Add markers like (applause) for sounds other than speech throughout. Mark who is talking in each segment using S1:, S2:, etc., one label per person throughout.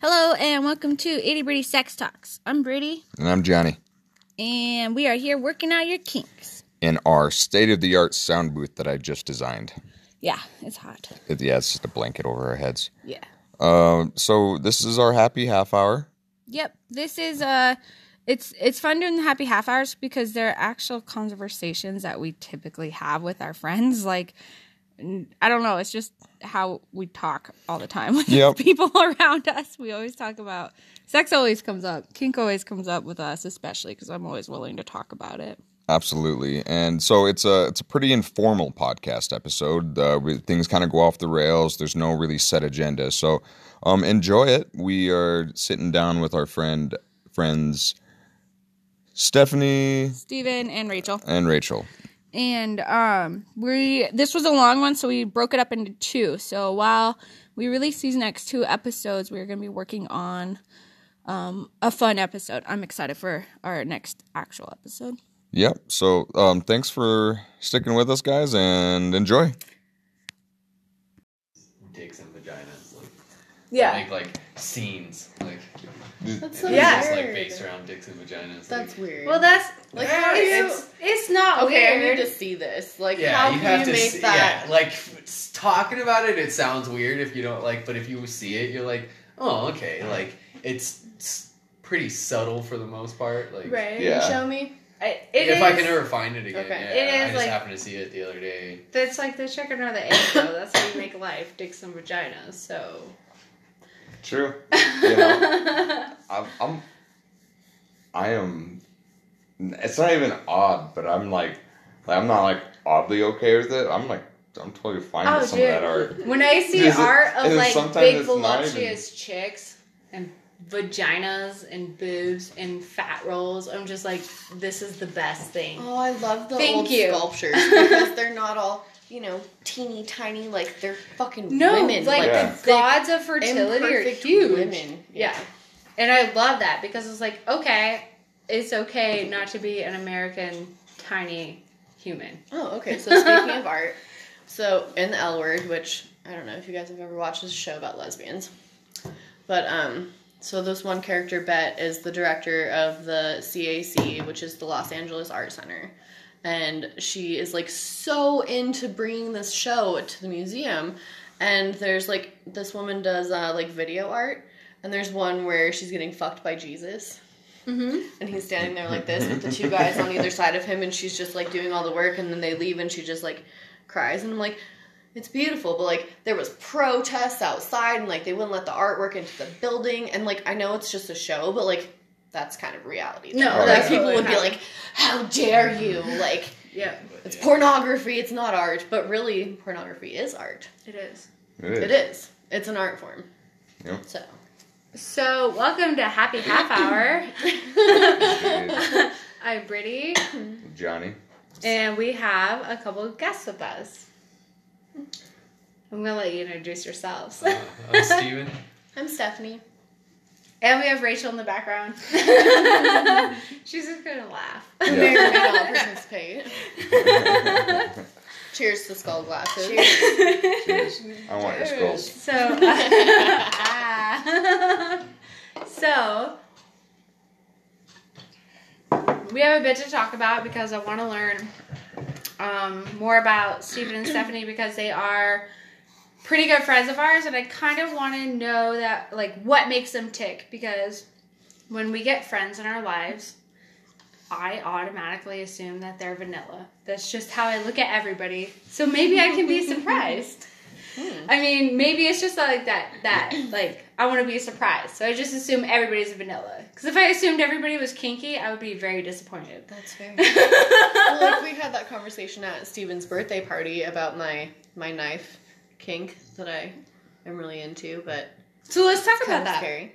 S1: Hello and welcome to Itty Bitty Sex Talks. I'm Brady,
S2: And I'm Johnny.
S1: and we are here working out your kinks.
S2: In our state of the art sound booth that I just designed.
S1: Yeah, it's hot.
S2: It, yeah, it's just a blanket over our heads.
S1: Yeah.
S2: Um, so this is our happy half hour.
S1: Yep. This is uh it's it's fun doing the happy half hours because they're actual conversations that we typically have with our friends. Like n- I don't know, it's just how we talk all the time (laughs) with
S2: Yep.
S1: people around us. We always talk about sex always comes up. Kink always comes up with us, especially because I'm always willing to talk about it.
S2: Absolutely. And so it's a it's a pretty informal podcast episode. Uh, we, things kind of go off the rails. There's no really set agenda. So um, enjoy it. We are sitting down with our friend friends Stephanie
S1: Steven and Rachel.
S2: and Rachel.
S1: and um we this was a long one so we broke it up into two so while we release these next two episodes we're going to be working on um a fun episode i'm excited for our next actual episode
S2: Yep. So um, thanks for sticking with us, guys, and enjoy.
S3: dicks and vaginas. Like,
S4: Yeah.
S3: Make like scenes. Like,
S4: That's
S3: and
S4: yeah.
S3: it's Just like based around dicks and vaginas.
S4: That's
S3: like,
S4: weird.
S5: Well, that's
S4: Like,
S5: like
S4: how do you-
S5: it's it's not
S4: okay, I
S5: weird.
S4: need to see this. Like,
S3: yeah,
S4: how
S3: you
S4: can
S3: have
S4: you
S3: to
S4: make
S3: see,
S4: that?
S3: Yeah, like s- talking about it, it sounds weird if you don't like. But if you see it, you're like, oh, okay. Like it's s- pretty subtle for the most part. Like,
S4: Right?
S2: Yeah.
S4: Show me.
S5: I- it
S3: if I can
S5: is-
S3: ever find it again,
S4: Okay.
S3: yeah,
S5: It
S3: I
S5: is,
S3: just
S5: like-
S3: happened to see it the other day.
S5: That's like the chicken or the egg.
S2: (laughs)
S5: Though that's how you make life, dicks and vaginas. So.
S2: True.
S4: (laughs)
S2: I'm, I'm I am it's not even odd, but I'm like, like I'm not like oddly okay with it. I'm like I'm totally fine
S5: Oh,
S2: with some
S5: dude.
S2: of that art.
S5: when I see
S2: Is it-
S5: art of
S2: is it
S5: like
S2: sometimes
S5: big
S2: it's not even-
S5: voluptuous chicks and vaginas and boobs and fat rolls, I'm just like, this is the best thing.
S4: Oh, I love the
S5: Thank
S4: old
S5: you.
S4: (laughs) sculptures because they're not all, you know, teeny tiny. Like they're fucking
S5: No,
S4: women.
S5: like
S2: Yeah.
S5: the gods of
S4: thick,
S5: fertility are
S4: imperfect
S5: huge.
S4: Women.
S5: Yeah. And I love that because it's like, okay, it's okay not to be an American tiny human.
S4: Oh, okay. So speaking of art, so in the L Word, which I don't know if you guys have ever watched this show about lesbians, but um, so this one character Bet is the director of the CAC, which is the Los Angeles Art Center, and she is like so into bringing this show to the museum, and there's like this woman does uh, like video art, and there's one where she's getting fucked by Jesus. And he's standing there like this with the two guys on
S2: (laughs)
S4: either side of him, and she's just like doing all the work, and then they leave, and she just like cries. And I'm like, it's beautiful, but like there was protests outside, and like they wouldn't let the artwork into the building, and like I know it's just a show, but like that's kind of reality.
S5: No,
S4: like
S2: that's
S4: people
S5: totally
S4: would be
S5: happened.
S4: like, how dare you? Like
S5: Yeah,
S4: it's pornography, it's not art, but really pornography is art.
S5: it is.
S4: It is. It's an art form.
S2: Yeah.
S4: So
S5: So, welcome to Happy Half Hour. I'm Brittany,
S2: Johnny.
S5: and we have a couple of guests with us. I'm gonna let you introduce yourselves.
S3: Uh, I'm Steven.
S4: I'm Stephanie.
S5: And we have Rachel in the background. (laughs) She's just gonna laugh.
S4: (laughs) Very
S2: Yeah.
S4: good
S5: (laughs)
S4: all participate. Cheers to skull glasses.
S2: Cheers. I want your scrolls.
S5: So, (laughs) Ah. so we have a bit to talk about because I want to learn um, more about Stephen and Stephanie because they are pretty good friends of ours, and I kind of want to know that like what makes them tick because when we get friends in our lives. I automatically assume that they're vanilla. That's just how I look at everybody. So maybe I can be surprised. I mean, maybe it's just like that. That (clears throat) like I want to be surprised, so I just assume everybody's vanilla. Because if I assumed everybody was kinky, I would be very disappointed.
S4: That's fair. (laughs) well, like we had that conversation at Steven's birthday party about my my knife kink that I am really into, but
S5: So let's talk
S4: kind
S5: about
S4: of
S5: that.
S4: scary.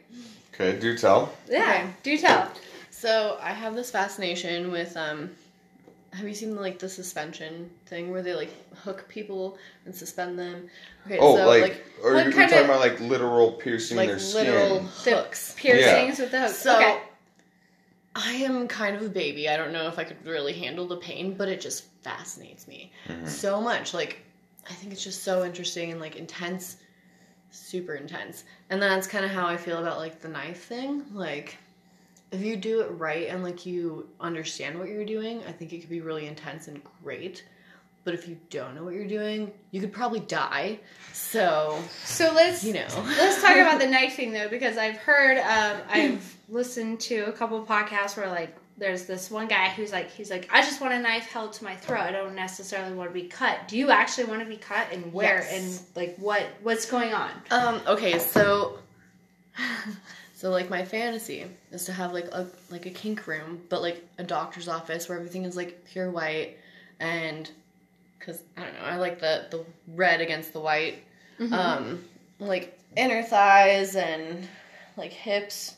S2: Okay, do tell.
S5: Yeah,
S4: Okay.
S5: do tell.
S4: So I have this fascination with um. Have you seen like the suspension thing where they like hook people and suspend them? Okay,
S2: Oh, like, or
S5: what
S2: you're
S5: kind
S2: talking
S5: of-
S2: about like literal piercing
S4: like
S2: their skin.
S4: literal
S5: The
S4: hooks.
S5: Piercings with the hooks.
S4: So
S5: okay.
S4: I am kind of a baby. I don't know if I could really handle the pain, but it just fascinates me so much. Like I think it's just so interesting and like intense super intense. And that's kind of how I feel about like the knife thing. Like, if you do it right and like you understand what you're doing, I think it could be really intense and great. But if you don't know what you're doing, you could probably die. So,
S5: So let's
S4: you know.
S5: let's
S4: (laughs)
S5: talk about the knife thing though, because I've heard um, I've listened to a couple podcasts where like there's this one guy who's like he's like I just want a knife held to my throat. I don't necessarily want to be cut. Do you actually want to be cut and where
S4: Yes.
S5: and like what what's going on?
S4: Um, okay, so (laughs) so like my fantasy is to have like a like a kink room, but like a doctor's office where everything is like pure white and cuz I don't know, I like the the red against the white.
S5: Mm-hmm.
S4: Um like inner thighs and like hips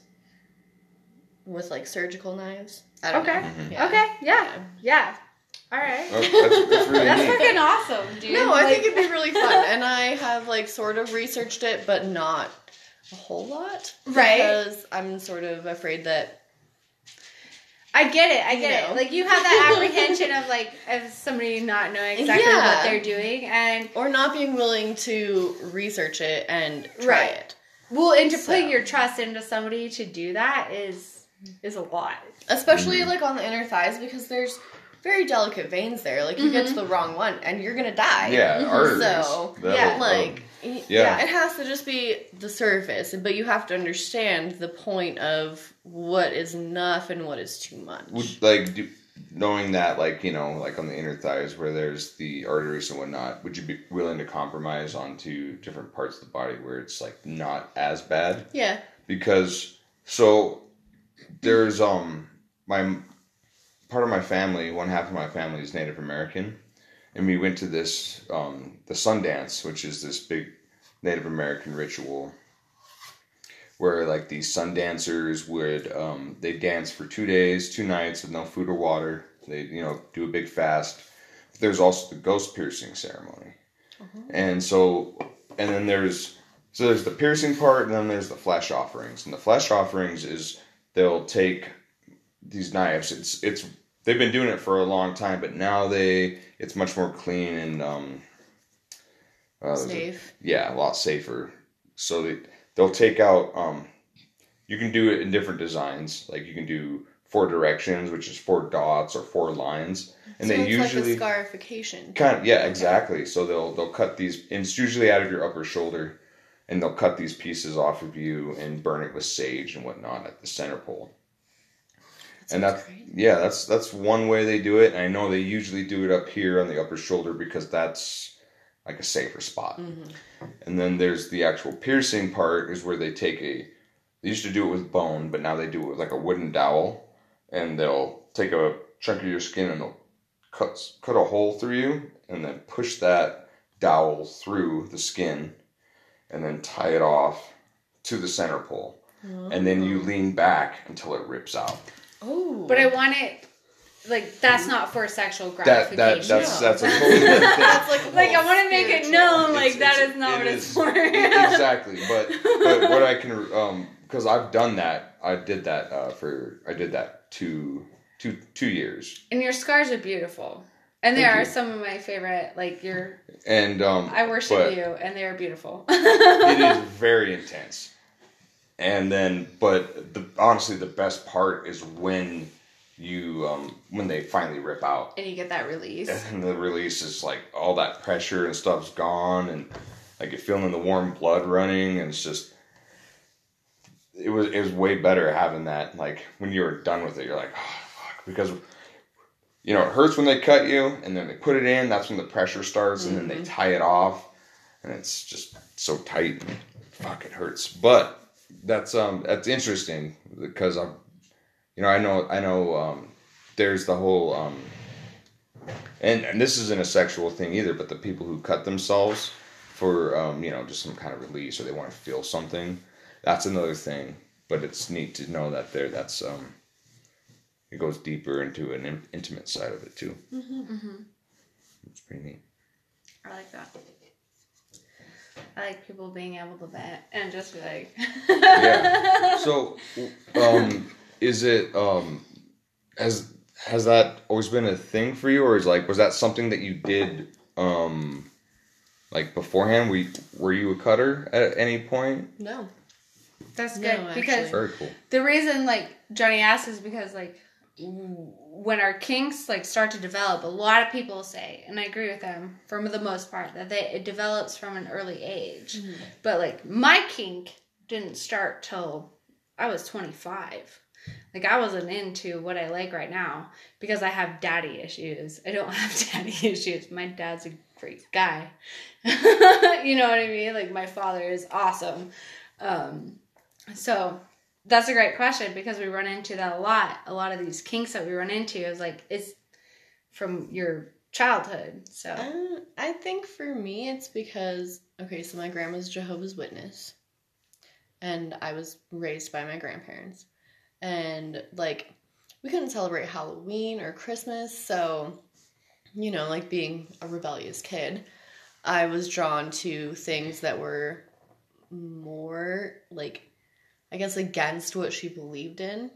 S4: with like surgical knives. I don't
S5: Okay.
S4: know. Yeah.
S5: Okay, yeah, yeah. All right.
S2: Oh, that's, that's
S5: (laughs) That's
S2: really neat.
S5: freaking awesome, dude.
S4: No, I
S5: Like-
S4: think it'd be really
S5: (laughs)
S4: fun. And I have like sort of researched it, but not a whole lot.
S5: Right.
S4: Because I'm sort of afraid that
S5: I get it. I
S4: You
S5: get it.
S4: know.
S5: Like you
S4: (laughs)
S5: have that apprehension of like of somebody not knowing exactly what
S4: Yeah.
S5: they're doing, and
S4: or not being willing to research it and try
S5: Right.
S4: it.
S5: well, and to
S4: So.
S5: put your trust into somebody to do that is is a lot.
S4: Especially
S2: Mm-hmm.
S4: like on the inner thighs because there's very delicate veins there. Like you
S5: Mm-hmm.
S4: get to the wrong one and you're gonna die.
S2: Yeah, arteries.
S4: So
S2: That'll-
S5: yeah,
S4: like y-
S2: Yeah.
S4: yeah. it has to just be the surface, but you have to understand the point of what is enough and what is too much.
S2: would like do, knowing that like you know like on the inner thighs where there's the arteries and whatnot would you be willing to compromise onto different parts of the body where it's like not as bad
S4: yeah.
S2: because so there's um my part of my family one half of my family is native american and we went to this um the sundance which is this big native american ritual where like these sun dancers would um, they dance for two days, two nights with no food or water. They you know do a big fast. But there's also the ghost piercing ceremony, and so and then there's so there's the piercing part, and then there's the flesh offerings. And the flesh offerings is they'll take these knives. It's it's they've been doing it for a long time, but now they it's much more clean and um, uh, there's a-
S4: Safe.
S2: yeah, a lot safer. So they they'll take out um you can do it in different designs. Like you can do four directions, which is four dots or four lines. And
S4: so
S2: they
S4: it's like
S2: usually
S4: a scarification.
S2: kind of yeah, exactly. So they'll they'll cut these and it's usually out of your upper shoulder and they'll cut these pieces off of you and burn it with sage and whatnot at the center pole. and
S4: sounds
S2: that's yeah, that's that's one way they do it. And I know they usually do it up here on the upper shoulder because that's like a safer spot. And then there's the actual piercing part is where they take a they used to do it with bone, but now they do it with like a wooden dowel and they'll take a chunk of your skin and they'll cut cut a hole through you and then push that dowel through the skin and then tie it off to the center pole. And then you lean back until it rips out.
S4: Oh, (laughs)
S5: But I want it like that's not for sexual
S2: That
S5: gratification.
S2: that that's that's a totally
S5: (laughs)
S2: different thing.
S4: that's like
S5: like I want to make it known like
S2: It's-
S5: that
S2: it's-
S5: is not
S2: it
S5: what it's
S2: is- e-,
S5: for. (laughs)
S2: exactly, but but what I can um because I've done that, I did that uh, for I did that two two two years,
S5: and your scars are beautiful. And they
S2: Thank
S5: are
S2: you.
S5: some of my favorite. Like your,
S2: and um
S5: I worship
S2: but-
S5: you, and they are beautiful. (laughs)
S2: it is very intense. And then, but the, honestly, the best part is when you um, when they finally rip out,
S5: and you get that release.
S2: and the release is like all that pressure and stuff's gone, and like you're feeling the warm blood running, and it's just it was it was way better having that. Like when you were done with it, you're like, oh fuck, because you know it hurts when they cut you, and then they put it in. That's when the pressure starts, and then they tie it off, and it's just so tight. And fuck, it hurts. But that's um that's interesting because I'm, you know, I know I know um there's the whole um and, and this isn't a sexual thing either, but the people who cut themselves for um you know just some kind of release or they want to feel something, that's another thing. But it's neat to know that there that's um it goes deeper into an in- intimate side of it too. Mm-hmm. It's pretty neat.
S5: I like that. I like people being able to bet and just be like, (laughs)
S2: yeah. So, um, is it um, has has that always been a thing for you, or is like was that something that you did um, Like beforehand, we were you a cutter at any point?
S4: No.
S5: That's
S4: No,
S5: good because
S4: actually.
S2: Very cool.
S5: the reason like Johnny asks is because like when our kinks like start to develop, a lot of people say, and I agree with them for the most part, that they it develops from an early age.
S4: Mm-hmm.
S5: But like my kink didn't start till I was twenty five. Like I wasn't into what I like right now because I have daddy issues. I don't (laughs) have daddy issues. My dad's a great guy. (laughs) you know what I mean? Like my father is awesome. Um, so that's a great question because we run into that a lot. A lot of these kinks that we run into is like it's from your childhood. So
S4: Uh, I think for me, it's because okay, so my grandma's Jehovah's Witness, and I was raised by my grandparents, and like we couldn't celebrate Halloween or Christmas, so you know, like being a rebellious kid, I was drawn to things that were more like I guess against what she believed in.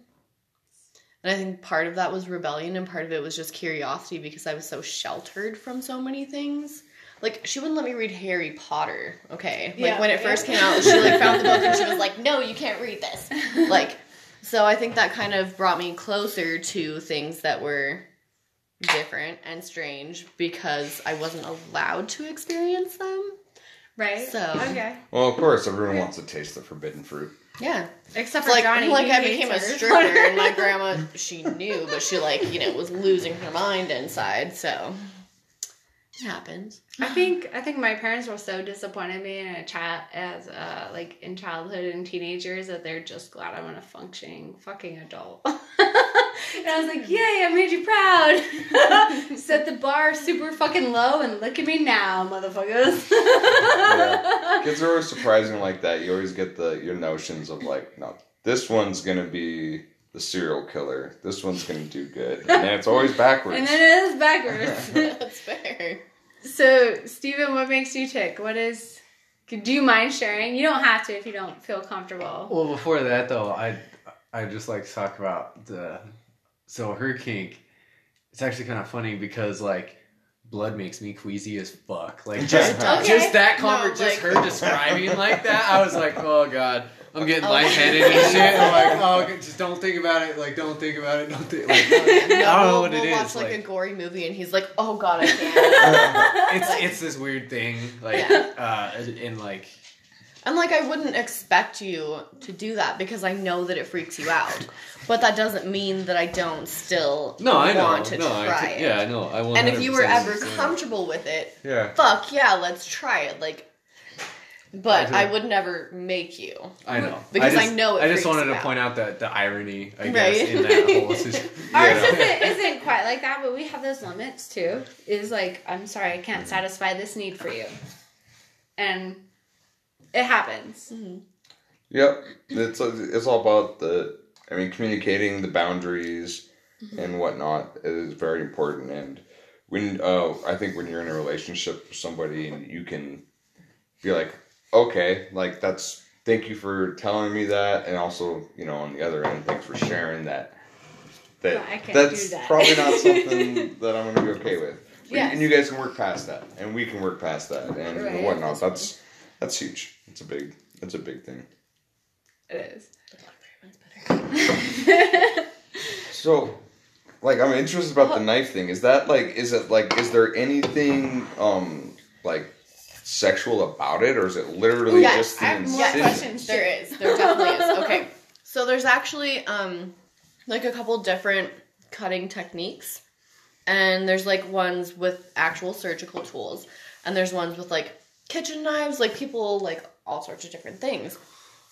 S4: And I think part of that was rebellion and part of it was just curiosity because I was so sheltered from so many things. Like she wouldn't let me read Harry Potter, okay? Like
S5: Yeah,
S4: when it
S5: yeah.
S4: first came out, she like found the book and she
S5: (laughs)
S4: was like, "No, you can't read this." Like so I think that kind of brought me closer to things that were different and strange because I wasn't allowed to experience them.
S5: right,
S4: So-
S5: okay,
S2: Well, of course, everyone wants to taste the forbidden
S5: (laughs)
S2: fruit.
S4: Yeah.
S5: except for
S4: like
S5: Johnny,
S4: like
S5: he
S4: I
S5: hates
S4: became
S5: her.
S4: a stripper,
S5: (laughs)
S4: and (laughs) my grandma she knew, but she like you know was losing her mind inside. So it happens. (laughs)
S5: I think I think my parents were so disappointed in me in a child as uh like in childhood and teenagers that they're just glad I'm a functioning fucking adult. (laughs) and I was like, yay, I made you proud. (laughs) Set the bar super fucking low and look at me now, motherfuckers. (laughs)
S2: Kids are always surprising like that. You always get the your notions of like, no, this one's gonna be the serial killer. This one's gonna do good, and then it's always backwards.
S5: and then it is backwards.
S4: (laughs) That's fair.
S5: So, Steven, what makes you tick? What is. Do you mind sharing? You don't have to if you don't feel comfortable.
S6: Well, before that though, I I just like to talk about the so her kink. It's actually kind of funny because like blood makes me queasy as fuck. Like just
S2: Okay.
S6: just that
S4: No,
S6: conver- just
S4: like-
S6: her describing like that, I was like, oh god, I'm getting
S4: Oh.
S6: lightheaded and shit. I'm like, oh, g- just don't think about it. Like, don't think about it. Don't think. Like,
S4: (laughs) I don't
S6: know
S4: we'll,
S6: what it
S4: we'll
S6: is,
S4: watch like,
S6: like-
S4: a gory movie, and he's like, "Oh God,
S6: (laughs)
S4: I can't."
S6: it's it's this weird thing. Like, uh, and, and like
S4: and like I wouldn't expect you to do that because I know that it freaks you out, but that doesn't mean that I don't still
S6: no, I know.
S4: want to
S6: no, I
S4: try
S6: t-
S4: it.
S6: Yeah, I know. I
S4: And if you were
S6: 100%
S4: ever comfortable with it,
S2: yeah,
S4: fuck yeah, let's try it. Like, but
S6: Okay.
S4: I would never make you.
S6: I know.
S4: Because I
S6: just-
S4: know it
S6: I just
S4: freaks
S6: wanted
S4: you
S6: to
S4: out.
S6: point out that the irony, I
S4: Right.
S6: guess, in that whole
S4: (laughs)
S6: situation.
S5: Ours isn't, isn't quite like that, but we have those limits too. Is like, I'm sorry, I can't satisfy this need for you. And it happens.
S2: yep. It's it's all about the. I mean, communicating the boundaries
S5: Mm-hmm.
S2: and whatnot is very important. And when uh, I think when you're in a relationship with somebody and you can be like, okay, like that's thank you for telling me that, and also you know on the other end, thanks for sharing that. That
S5: Well, I can't
S2: that's
S5: do that.
S2: probably
S5: (laughs)
S2: not something that I'm going to be okay with. We-
S5: Yes.
S2: And you guys can work past that, and we can work past that, and
S5: Right.
S2: whatnot. That's that's huge. It's a big it's a big thing.
S5: It is.
S2: So, like, I'm interested about the knife thing. Is that like, is it like, is there anything um like sexual about it, or is it literally
S4: Yes,
S2: just the
S5: I have more
S2: incision?
S5: questions.
S4: There is. There definitely is. Okay. So there's actually um like a couple different cutting techniques. And there's like ones with actual surgical tools. And there's ones with like kitchen knives, like people like all sorts of different things.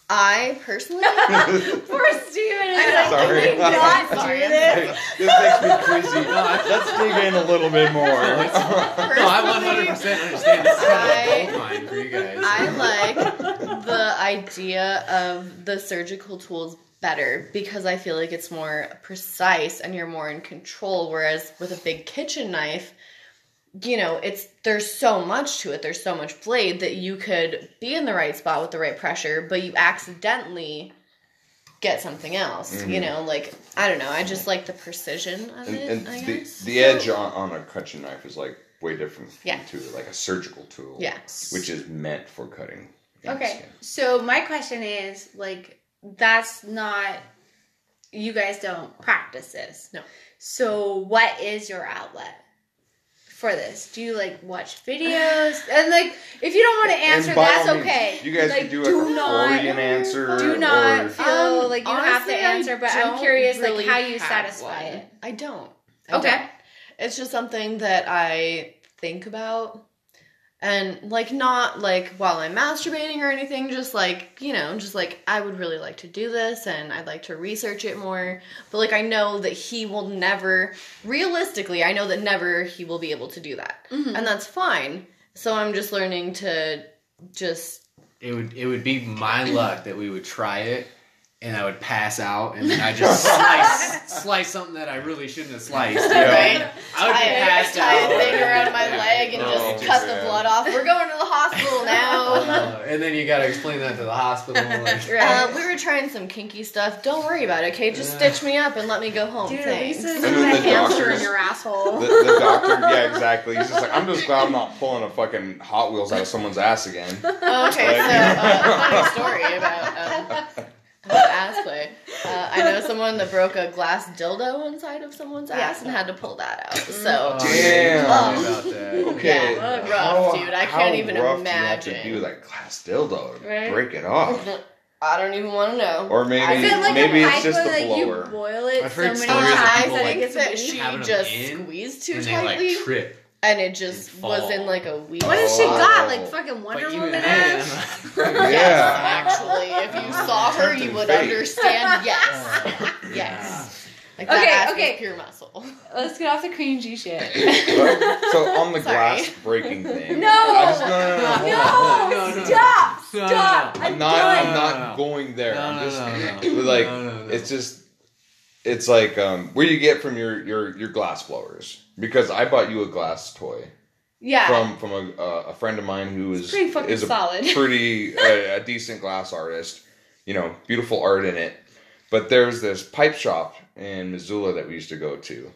S4: I personally
S5: Poor
S4: (laughs)
S5: Steven is
S4: I
S5: like,
S2: Sorry.
S5: can we not
S4: Sorry.
S5: do this?
S2: (laughs) Hey, this makes me queasy. Let's dig in a little bit more.
S6: No, I 100% understand. This is
S4: I-
S6: kind of a gold mine for you guys.
S4: I like the idea of the surgical tools better because I feel like it's more precise and you're more in control. Whereas with a big kitchen knife, you know, it's there's so much to it. There's so much blade that you could be in the right spot with the right pressure, but you accidentally get something else. You know, like I don't know. I just like the precision of
S2: and
S4: it.
S2: and
S4: I
S2: the,
S4: guess.
S2: the edge on, on a kitchen knife is like way different from
S4: Yeah.
S2: to like a surgical tool.
S4: Yeah.
S2: Which is meant for cutting. into
S5: Okay.
S2: skin.
S5: So my question is like that's not you guys don't practice this.
S4: No.
S5: So what is your outlet for this? Do you like watch videos? And like if you don't want to answer
S2: And by
S5: that's
S2: all means,
S5: okay.
S2: You guys
S5: like,
S2: could do like a Freudian answer.
S5: do not
S2: or-
S5: feel
S4: Um,
S5: like you have to
S4: honestly, I
S5: answer, but I'm
S4: don't
S5: curious
S4: really
S5: like how you
S4: have
S5: satisfy
S4: one.
S5: it.
S4: I don't. I
S5: Okay.
S4: don't. It's just something that I think about. And like not like while I'm masturbating or anything, just like, you know, just like I would really like to do this and I'd like to research it more. But like I know that he will never realistically, I know that never he will be able to do that. And that's fine. So I'm just learning to just
S6: It would it would be my luck that we would try it, and I would pass out, and then I
S4: (laughs)
S6: just slice slice something that I really shouldn't have sliced. you know?
S4: Right.
S6: I would be
S4: tie,
S6: passed
S4: tie
S6: out.
S4: a thing around my
S6: Yeah.
S4: leg and
S2: No,
S4: just
S2: too
S4: cut
S2: bad.
S4: the blood off. We're going to the hospital now.
S6: Uh, and then you got to explain that to the hospital.
S4: (laughs)
S6: Like,
S4: Uh, we were trying some kinky stuff. Don't worry about it, okay? Just stitch me up and let me go home.
S5: Dude, at
S4: Thanks.
S5: least there's
S2: And
S5: not
S2: then
S5: a
S2: the
S5: hamster
S2: doctors-
S5: in your
S2: The,
S5: asshole.
S2: the doctor, yeah, exactly. He's just like, I'm just glad I'm not pulling a fucking Hot Wheels out of someone's ass again.
S4: Oh, okay,
S6: (laughs)
S4: so uh, funny story about um, about ass play. Uh, I know someone that broke a glass dildo inside of someone's ass and had to pull that out. So
S6: oh,
S2: Damn.
S6: yeah, you told me about that.
S2: Okay,
S4: Yeah, rough,
S2: how-
S4: dude. I
S2: how
S4: can't even
S2: rough do you have to
S4: imagine.
S2: do that glass dildo to
S5: Right.
S2: break it off,
S4: I don't even want to know.
S2: or maybe
S4: Is it like
S2: maybe it's
S5: pipe
S2: just
S5: where,
S2: the
S5: like,
S2: blower.
S5: You boil it
S6: I've
S5: so
S6: heard
S5: many
S6: stories of
S5: times
S4: Oh, I
S6: people,
S5: that
S6: like,
S4: think
S5: it gets
S4: that
S5: weak.
S4: she
S6: Having them
S4: just
S6: in,
S4: squeezed too
S6: And they
S4: tightly,
S6: like trip.
S4: and it just
S6: and fall.
S4: was in like a weak
S5: What has she
S4: spot.
S5: got? Like fucking
S6: But
S5: Wonder
S6: even
S5: Woman
S6: then,
S5: ass?
S6: (laughs)
S4: Yes,
S2: Yeah.
S4: actually, if you saw her, you would
S2: Fake. (laughs)
S4: understand. Yes,
S6: yeah.
S4: yes. Like
S5: Okay,
S4: that ass
S5: okay.
S4: was pure muscle.
S5: (laughs) Let's get off the cringy shit.
S6: (laughs)
S2: But- so on the
S4: Sorry.
S2: glass breaking thing.
S5: No!
S2: I just, no, no, no, hold on.
S5: No,
S6: No, no, no.
S5: stop,
S6: No, no,
S5: stop.
S6: no.
S5: I'm
S2: I'm not.
S5: done.
S2: I'm
S6: No, no,
S2: not
S6: no.
S2: going there.
S6: No, no,
S2: I'm just
S6: no, no.
S2: like
S6: No, no, no.
S2: it's just it's like um, where you get from your your your glass blowers because I bought you a glass toy
S5: yeah.
S2: from from a, uh, a friend of mine who is
S5: pretty fucking
S2: is a
S5: solid. (laughs)
S2: pretty uh, a decent glass artist. You know, beautiful art in it. But there's this pipe shop in Missoula that we used to go to,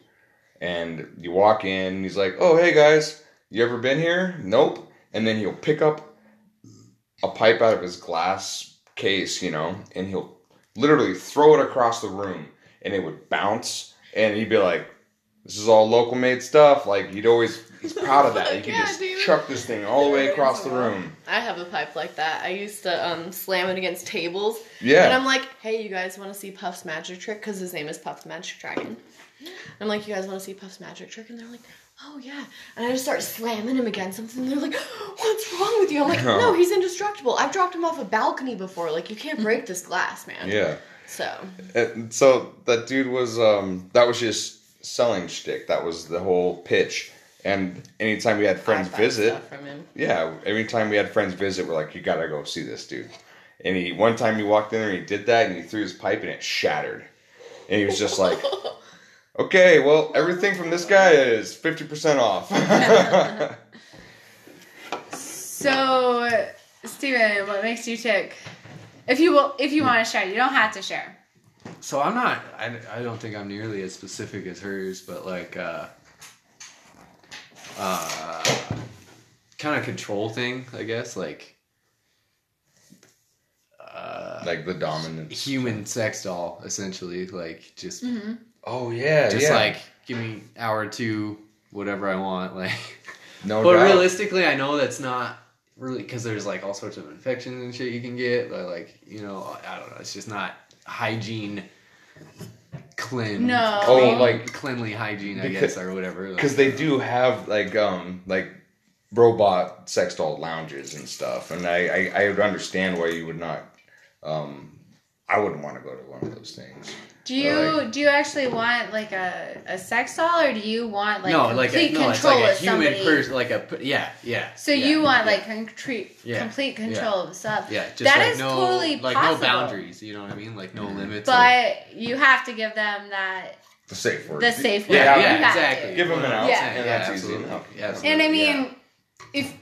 S2: and you walk in, and he's like, "Oh, hey guys, you ever been here?" Nope. And then he'll pick up a pipe out of his glass case, you know, and he'll literally throw it across the room, and it would bounce, and he'd be like, "This is all local made stuff." Like he'd always, he's proud
S4: (laughs)
S2: of that. You could
S4: Yeah,
S2: just
S4: dude.
S2: chuck this thing all the way across the room.
S4: I have a pipe like that. I used to um, slam it against tables. And
S2: Yeah.
S4: I'm like, hey, you guys want to see Puff's magic trick? Because his name is Puff the Magic Dragon. I'm like, you guys want to see Puff's magic trick? And they're like, oh, yeah. And I just start slamming him against something. They're like, what's wrong with you? I'm
S2: (laughs)
S4: like, no, he's indestructible. I've dropped him off a balcony before. Like, you can't break this glass, man.
S2: Yeah.
S4: So,
S2: And so that dude was um that was just selling shtick. That was the whole pitch. And anytime we had friends
S4: I buy
S2: visit,
S4: stuff from him.
S2: yeah, every time we had friends visit, we're like, you gotta go see this dude. And he one time he walked in there and he did that and he threw his pipe and it shattered. And he was just
S4: (laughs)
S2: like, okay, well everything from this guy is fifty percent off. (laughs)
S5: So, Steven, what makes you tick? If you will, if you want to share, you don't have to share.
S6: So I'm not. I, I don't think I'm nearly as specific as hers, but like, uh, uh, kind of control thing, I guess. Like
S2: like the dominant.
S6: human sex doll, essentially. Like just,
S2: Oh yeah,
S6: just
S2: yeah.
S6: like give me hour or two, whatever I want. (laughs) Like,
S2: no
S6: but
S2: doubt.
S6: realistically, I know that's not really because there's like all sorts of infections and shit you can get. But like, you know, I don't know. It's just not hygiene. Clean,
S5: No.
S2: Oh, like-
S6: cleanly hygiene, I
S2: Because-
S6: guess, or whatever. like-
S2: because they do have like um like robot sex doll lounges and stuff and i i, I would understand why you would not um i wouldn't want to go to one of those things
S5: Do you do you actually want like a, a sex doll, or do you want like
S6: no, like
S5: complete
S6: a, no, it's
S5: control
S6: like a
S5: of
S6: human
S5: somebody?
S6: person, like a per- yeah, yeah.
S5: so
S6: yeah,
S5: you want
S6: yeah,
S5: like complete
S6: Yeah.
S5: complete
S6: Yeah.
S5: control of stuff.
S6: yeah, just
S5: that
S6: like
S5: is
S6: no,
S5: totally
S6: like
S5: possible.
S6: no boundaries. You know what I mean? Like no
S2: Mm-hmm.
S6: limits. like-
S5: But you have to give them that
S2: the safe word
S5: the safe word.
S6: yeah,
S2: Yeah,
S5: You
S6: yeah,
S5: have to.
S6: exactly.
S2: Give 'em an out,
S5: Yeah.
S2: and that's easy
S6: absolutely.
S2: enough.
S6: Yeah, absolutely,
S5: And I
S6: yeah.
S5: mean, if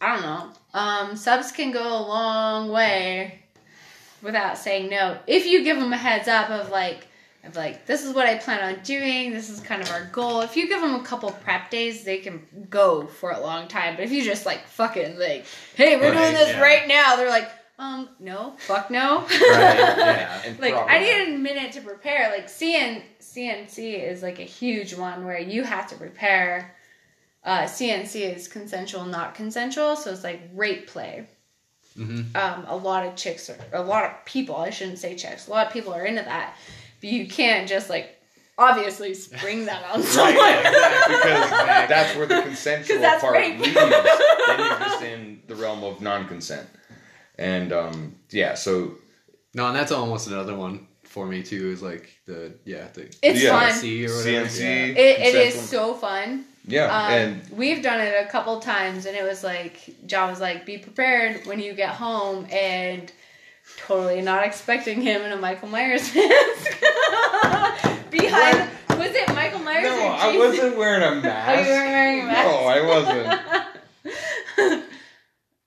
S5: I don't know, um, subs can go a long way without saying no. If you give them a heads up of like, of like, this is what I plan on doing. This is kind of our goal. If you give them a couple prep days, they can go for a long time. But if you just like fucking like, hey,
S6: Right,
S5: we're doing this
S6: yeah.
S5: right now, they're like, um, no, fuck no.
S6: Right, yeah.
S2: (laughs) And
S5: like
S2: probably-
S5: I need a minute to prepare. Like CN CNC is like a huge one where you have to prepare. Uh, CNC is consensual, not consensual, so it's like rape play.
S2: Mm-hmm.
S5: Um, a lot of chicks are a lot of people. I shouldn't say chicks. A lot of people are into that, but you can't just like obviously spring that
S2: (laughs)
S5: on someone. (laughs)
S2: because that's where the consensual
S5: 'Cause that's
S2: part
S5: rape.
S2: leaves. Then you're just in the realm of non-consent, and um, yeah. So
S6: No, and that's almost another one for me too. Is like the yeah the
S5: It's
S2: Yeah.
S5: fun.
S6: CNC or whatever.
S2: CNC,
S5: It, it
S2: consensual-
S5: is so fun.
S2: yeah,
S5: Um,
S2: and
S5: we've done it a couple times, and it was like John was like, "Be prepared when you get home," and totally not expecting him in a Michael Myers (laughs) mask. Behind, was it Michael Myers?
S2: no,
S5: or
S2: I
S5: Jesus?
S2: wasn't wearing a
S5: Oh, you
S2: mask.
S5: weren't wearing a mask.
S2: No, I wasn't.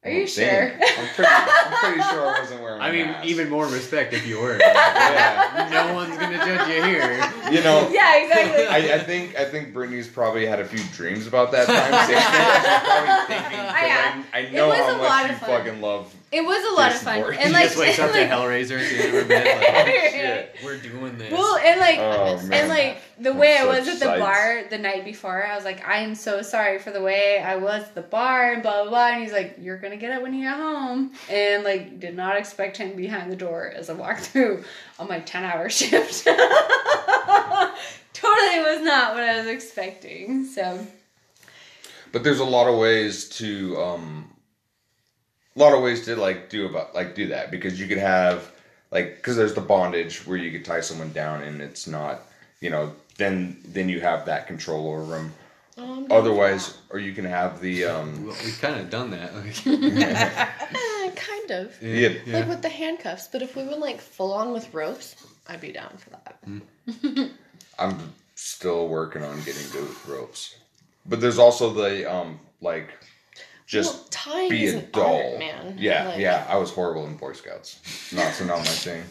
S5: Are you
S2: Oh,
S5: sure? (laughs)
S2: dang. I'm pretty, I'm pretty sure I wasn't wearing. a
S6: I mean,
S2: mask.
S6: even more respect if you were.
S2: yeah,
S6: no one's gonna judge you here.
S2: you know.
S5: (laughs)
S6: (laughs)
S5: yeah, exactly.
S2: I, I think I think Brittany's probably had a few dreams about that time. She's probably thinking, 'cause
S5: I am. (laughs)
S2: I, I know
S5: was
S2: how
S5: a lot
S2: much you
S5: of fun.
S2: fucking love.
S5: it was a lot of
S2: Jason
S5: fun,
S2: Voorhees.
S5: and
S6: He
S5: like,
S6: just wakes up to
S5: and, (laughs) like-
S6: Hellraiser at the end of her bed, like, (laughs) oh, shit, we're doing this.
S5: Well, and like,
S2: Oh, man.
S5: and like the way I
S2: Such
S5: was at the
S2: sights.
S5: bar the night before, I was like, I am so sorry for the way I was at the bar and blah blah blah. And he's like, You're gonna get it when you get home, and like, did not expect him behind the door as I walked through on my ten hour (laughs) shift. totally was not what I was expecting. So
S2: But there's a lot of ways to, um, a lot of ways to like do about like do that because you could have like because there's the bondage where you could tie someone down and it's not you know then then you have that control over them.
S4: Oh,
S2: Otherwise, or you can have the um,
S6: Well, we've kind of done that.
S5: (laughs)
S6: Like,
S4: Uh, kind of.
S2: yeah.
S4: Like with the handcuffs, but if we went like full on with ropes, I'd be down for that.
S2: I'm still working on getting good with ropes. But there's also the um like
S4: well,
S2: just
S4: tying
S2: be
S4: is
S2: a
S4: an
S2: doll.
S4: art, man.
S2: Yeah,
S4: Like,
S2: yeah. I was horrible in Boy Scouts. Not so not
S4: (laughs)
S2: my thing.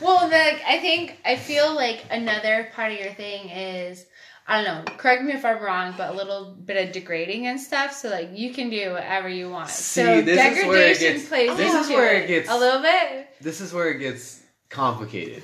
S5: Well, like I think I feel like another part of your thing is I don't know. Correct me if I'm wrong, but a little bit of degrading and stuff. So like you can do whatever you want. so
S6: See, this is where it
S5: degradation
S6: gets-
S5: plays
S6: this is
S5: into
S6: where it gets-
S5: a little bit.
S6: this is where it gets complicated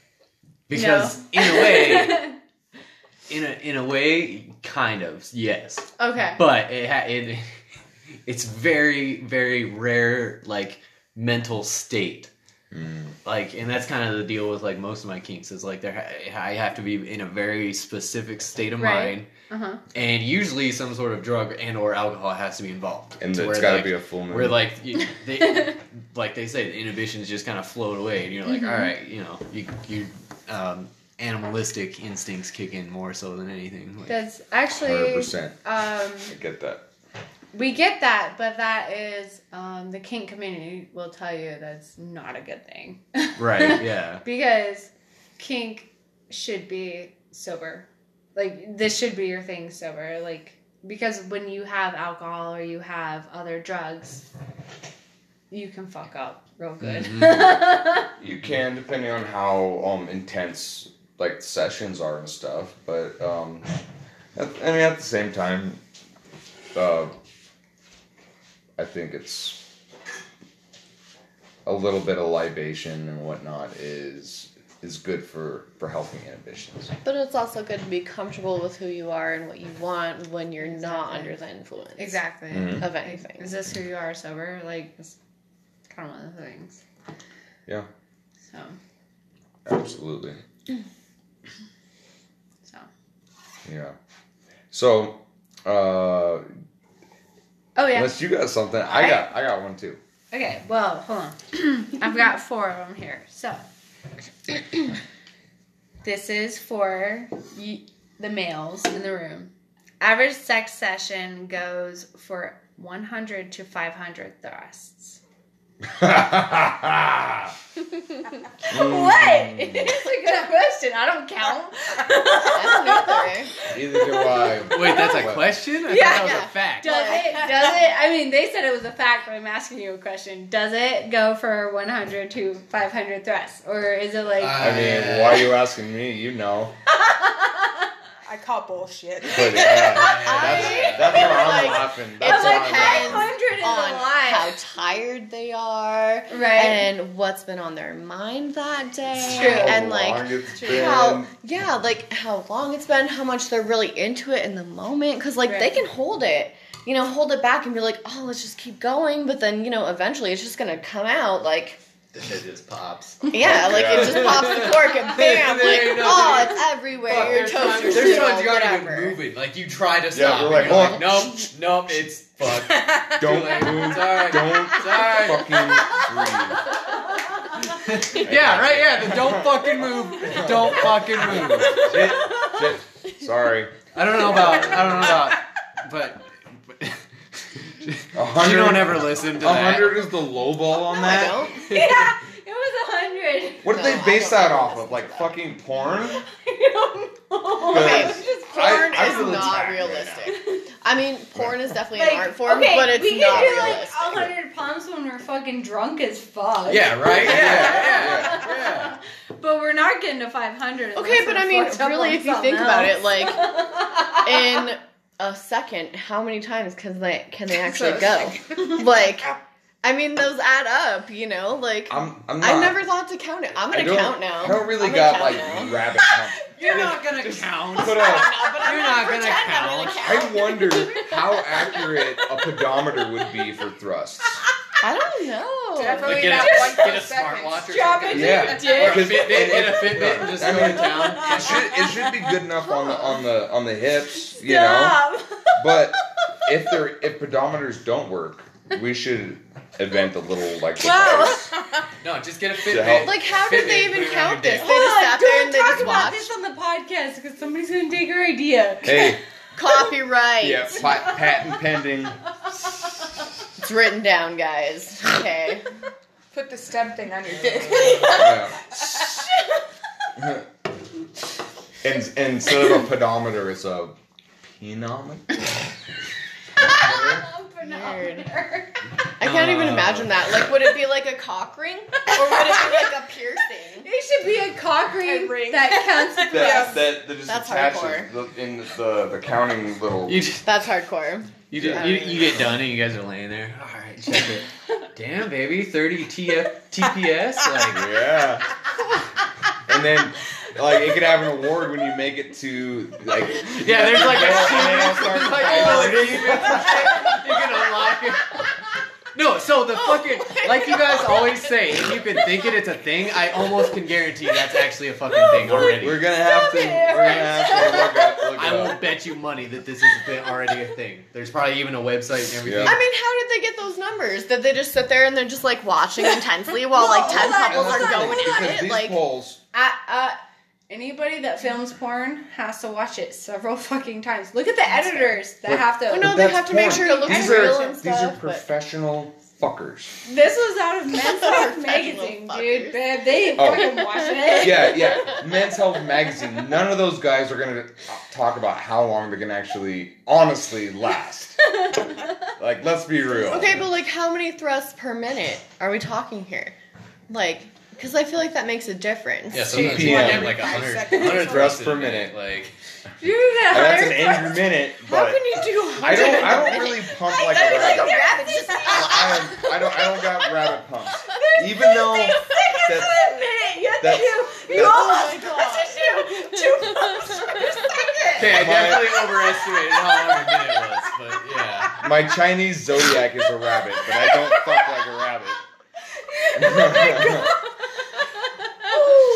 S5: (laughs)
S6: because in a way,
S5: (laughs)
S6: in a in a way, kind of yes,
S5: Okay.
S6: but it ha- it (laughs) it's very very rare like mental state.
S2: Mm.
S6: Like and that's kind of the deal with like most of my kinks is like there ha- I have to be in a very specific state of
S5: Right.
S6: mind
S5: Uh huh.
S6: and usually some sort of drug and or alcohol has to be involved.
S2: And
S6: To
S2: it's
S6: where,
S2: gotta
S6: like,
S2: be a full moon.
S6: Where like you, they, like they say, the inhibitions just kind of float away, and you're like, all right, you know, you you um, animalistic instincts kick in more so than anything. Like,
S5: That's actually.
S2: 100%.
S5: Um,
S2: I get that.
S5: we get that, but that is um, the kink community will tell you that's not a good thing. (laughs)
S6: right? Yeah.
S5: because kink should be sober like this should be your thing sober like because when you have alcohol or you have other drugs you can fuck up real good
S2: You can depending on how um intense like sessions are and stuff, but um at, I mean at the same time uh I think it's a little bit of libation and whatnot is is good for for healthy inhibitions.
S4: But it's also good to be comfortable with who you are and what you want when you're not
S5: Exactly.
S4: under the influence
S5: (laughs) exactly
S4: of
S5: Like,
S4: anything.
S5: is this who you are sober like it's kind of one of the things
S2: Yeah,
S5: so
S2: absolutely.
S5: so
S2: Yeah. So, uh,
S5: oh yeah
S2: unless you got something, I got I got one too. (laughs)
S5: Okay, well, hold on. (clears throat) I've got four of them here. So, (clears throat) this is for y- the males in the room. Average sex session goes for 100 to 500 thrusts.
S2: I
S5: (laughs) What?
S4: Mm.
S5: (laughs) It's a good question. I don't count. (laughs)
S4: That's
S2: Neither do I.
S6: (laughs) Wait, that's a
S2: What?
S6: question? I thought
S5: Yeah,
S6: that was
S4: yeah.
S6: a fact.
S5: (laughs) Does it? (laughs) Does it? I mean, they said it was a fact, but I'm asking you a question. Does it go for 100 to 500 threats, or is it like?
S3: Uh,
S2: I mean, why are you asking me? You
S4: (laughs)
S2: know.
S7: I call bullshit.
S2: But yeah, that's, that's where I'm laughing. That's
S4: it's
S2: where
S5: like
S2: I'm laughing.
S4: okay.
S5: 500 is a
S4: on how
S5: lot.
S4: tired they are
S5: Right.
S4: and what's been on their mind that day
S5: It's true.
S2: How
S4: and
S2: long
S4: like
S2: it's
S4: how
S2: been.
S4: yeah like how long it's been how much they're really into it in the moment because like they
S5: Right.
S4: can hold it you know hold it back and be like oh let's just keep going but then you know eventually it's just gonna come out like
S3: That shit just pops.
S4: yeah like it just
S2: God.
S4: pops the cork and bam
S3: There you
S4: like
S3: go.
S4: oh it's everywhere
S3: Fuck,
S4: your
S3: there's
S4: toast
S3: times-
S4: your
S3: there's
S4: cereal,
S3: times you aren't
S4: whatever.
S3: even moving. Like you try to
S2: Yeah,
S3: stop.
S2: we're
S3: Yeah,
S2: like,
S3: you're like,
S2: oh.
S3: nope, nope, it's fuck.
S2: Don't
S3: Too late.
S2: move.
S3: Sorry.
S2: Don't
S3: Sorry.
S2: fucking
S6: Yeah, right. Yeah, the don't fucking move. Don't fucking move.
S2: breathe. Shit. Shit. Sorry.
S6: I don't know about. I don't know about. But, but
S2: A
S6: you
S2: hundred.
S6: don't ever listen to
S2: A
S6: that.
S2: hundred is the low ball on
S4: I
S2: that.
S4: don't.
S5: yeah, it was 100.
S2: What did
S4: No,
S2: they
S4: I
S2: base
S4: don't
S2: that
S4: ever
S2: off
S4: listen
S2: of?
S4: to
S2: Like
S4: that.
S2: fucking
S4: (laughs)
S2: porn?
S5: (laughs) I don't know.
S2: Okay,
S5: It's just
S2: I-
S5: porn.
S2: I
S4: It's
S2: feel
S4: not
S2: attacked right
S4: realistic. I mean, porn is definitely
S5: Like,
S4: an art form, but it's
S5: we
S4: not
S5: can do
S4: realistic.
S5: like 100 pumps when we're fucking drunk as fuck.
S3: Yeah, right? Yeah,
S2: Yeah,
S3: yeah, yeah.
S5: But we're not getting to 500.
S4: okay,
S5: unless
S4: but
S5: we're
S4: I mean,
S5: fucked up
S4: really,
S5: on
S4: if you think
S5: something
S4: about it, (laughs)
S5: else.
S4: like in a second, how many times can they (laughs) can they actually go? (laughs) like, I mean, those add up. You know, like i
S2: I'm. I'm not.
S4: never thought to count it. I'm
S2: I
S4: gonna
S2: don't-
S4: count now.
S2: I don't really
S4: I'm gonna
S2: got
S4: count
S2: like
S3: (laughs)
S4: now.
S2: rabbit. Count.
S6: You're not gonna count.
S2: Put a-
S6: You're not gonna
S4: I'm gonna
S6: count.
S2: I
S4: count.
S2: wonder how accurate a pedometer would be for
S3: (laughs)
S2: thrusts.
S4: I don't know.
S7: Definitely
S3: Like, get,
S7: not
S3: a,
S7: one
S3: get a
S7: per second.
S3: smartwatch or
S5: Drop
S3: something.
S5: it
S2: Yeah.
S5: to your dick.
S3: Or a Fitbit, get a Fitbit and just
S2: I
S3: go to
S2: mean,
S3: town.
S2: It should, it should be good enough on the on the on the hips, you know.
S5: Stop.
S2: But if they're if pedometers don't work, we should invent a little
S3: (laughs)
S2: like device.
S3: No, just get a
S2: To help.
S3: Fitbit.
S4: Like, how did
S3: Fitbit,
S4: they
S3: put
S4: even
S3: it on
S4: count
S3: your
S4: this? They
S3: dick.
S4: just sat there
S5: don't
S4: and they
S5: talk
S4: just
S5: about
S4: watched.
S5: this on the podcast because somebody's gonna take our idea.
S2: Hey,
S4: Copyright.
S2: yeah, pa- patent pending.
S4: It's written down, guys. Okay.
S7: Put the stem thing on
S5: (laughs)
S7: your dick.
S2: Yeah. and and instead of a pedometer, it's a penometer.
S4: Weird. I can't
S2: Uh.
S4: even imagine that. Like, would it be like a cock ring, or would it be like a piercing?
S5: It should be a cock ring,
S7: (laughs) A ring.
S5: that counts.
S2: That that, that just
S4: That's
S2: attaches
S4: hardcore.
S2: the, in the the counting little.
S6: You just,
S4: (laughs) That's hardcore.
S6: you, just, you, you get done and you guys are laying there. All right, check it. Damn, baby, thirty TF, TPS. Like,
S2: Yeah. (laughs) And then, like, it could have an award when you make it to, like,
S6: yeah, there's like
S2: Yeah,
S6: a.
S2: yeah, sorry.
S6: Like, oh, dude, you can unlock it. No, so
S4: Oh,
S6: the fucking like you guys always say, if you can think it, it's a thing. I almost can guarantee that's actually a fucking thing already.
S2: We're gonna have to. We're gonna have to look up. Look
S6: I
S2: it
S6: will
S2: up.
S6: bet you money that this is been already a thing. There's probably even a website and everything.
S2: Yeah.
S4: I mean, how did they get those numbers? Did they just sit there and they're just like watching intensely
S5: (laughs)
S4: while
S5: Well,
S4: like ten
S5: hold on,
S4: couples
S5: hold
S4: are
S5: on,
S4: going
S2: because
S4: at it?
S2: these
S4: Like,
S2: polls.
S5: I, uh, anybody that films porn has to watch it several (laughs) fucking times. Look at the editors that have to.
S4: Well, no,
S2: But
S4: they
S2: that's
S4: have to make sure it looks
S2: these
S4: real
S2: are,
S4: and
S2: These are
S4: stuff, but-
S2: professional fuckers.
S5: This was out of Men's Health magazine,
S4: Professional
S5: dude.
S4: fuckers.
S5: Babe, they
S2: Oh.
S5: fucking watch it.
S2: Yeah, yeah. Men's Health Magazine. None of those guys are gonna talk about how long they can actually, honestly, last. Like, let's be real.
S4: okay, but like, how many thrusts per minute are we talking here? Like, because I feel like that makes a difference.
S3: Yeah, sometimes you
S2: TPM.
S3: get like 100,
S7: seconds.
S3: 100
S2: Breasts
S3: thrusts
S2: per
S3: in a
S2: minute.
S3: Like,
S2: And
S5: Dude,
S2: Oh, that's an
S5: that
S2: angry minute,
S4: How
S2: but
S4: can you do?
S2: I don't. I don't really pump like a
S4: That'd be like
S2: rabbit.
S4: a rabbit. Just
S2: I, am, I don't. I don't got rabbit pumps. Even though that,
S5: minute. You have
S2: that's-
S5: to do. (laughs) You
S2: that's-
S5: (laughs) almost have to do two pumps per second.
S6: okay, I
S2: Am I-
S6: definitely overestimated how long a minute was, but yeah.
S2: my Chinese zodiac is a rabbit, but I don't fuck like a
S4: (laughs)
S2: (laughs)
S4: Oh
S2: rabbit.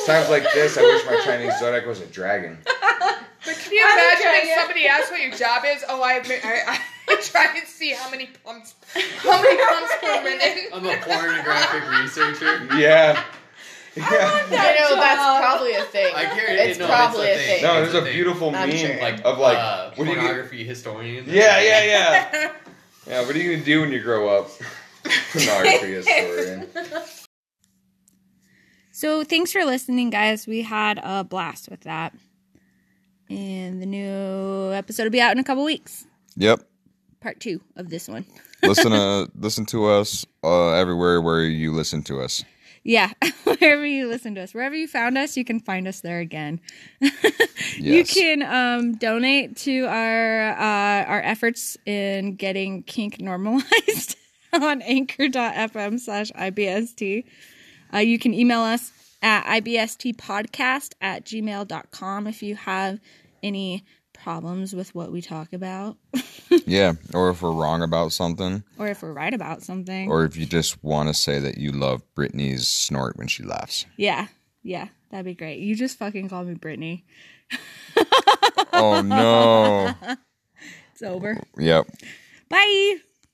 S2: Sounds like this. I wish my Chinese zodiac was a dragon.
S7: But can you
S5: I'm
S7: imagine
S5: trying.
S7: if somebody asks what your job is? Oh, I, I, (laughs) I try and see how many pumps, how
S4: (laughs)
S7: many pumps per minute.
S3: I'm a pornographic researcher.
S1: (laughs)
S2: Yeah. Yeah.
S4: I know that's
S5: job.
S4: probably a thing.
S3: I guarantee
S4: It's
S3: no,
S4: probably
S3: it's
S4: a
S3: a
S4: thing.
S3: thing.
S2: No, there's
S3: That's
S2: a
S3: the thing.
S2: beautiful
S4: I'm
S2: meme
S4: sure.
S3: Like,
S2: of like,
S3: uh,
S2: what are you? Gonna,
S3: pornography historian.
S2: yeah,
S1: (laughs)
S2: yeah, yeah. Yeah. What are you gonna do when you grow up? Pornography historian.
S1: So thanks for listening, guys. We had a blast with that. And the new episode will be out in a couple weeks.
S2: Yep.
S1: Part two of this one.
S2: Listen uh listen to us uh, everywhere where you listen to us.
S1: Yeah, (laughs) wherever you listen to us, wherever you found us, you can find us there again. You
S2: Yes.
S1: can um, donate to our uh, our efforts in getting kink normalized (laughs) on anchor.fm slash IBST. Uh, you can email us at IBSTpodcast at gmail.com if you have any problems with what we talk about
S2: Yeah. Or if we're wrong about something.
S1: or if we're right about something.
S2: Or if you just want to say that you love Britney's snort when
S1: (laughs)
S2: she laughs.
S1: yeah, yeah, that'd be great. You just fucking called me Brittany.
S2: Oh no.
S1: It's over.
S2: Yep.
S1: Bye.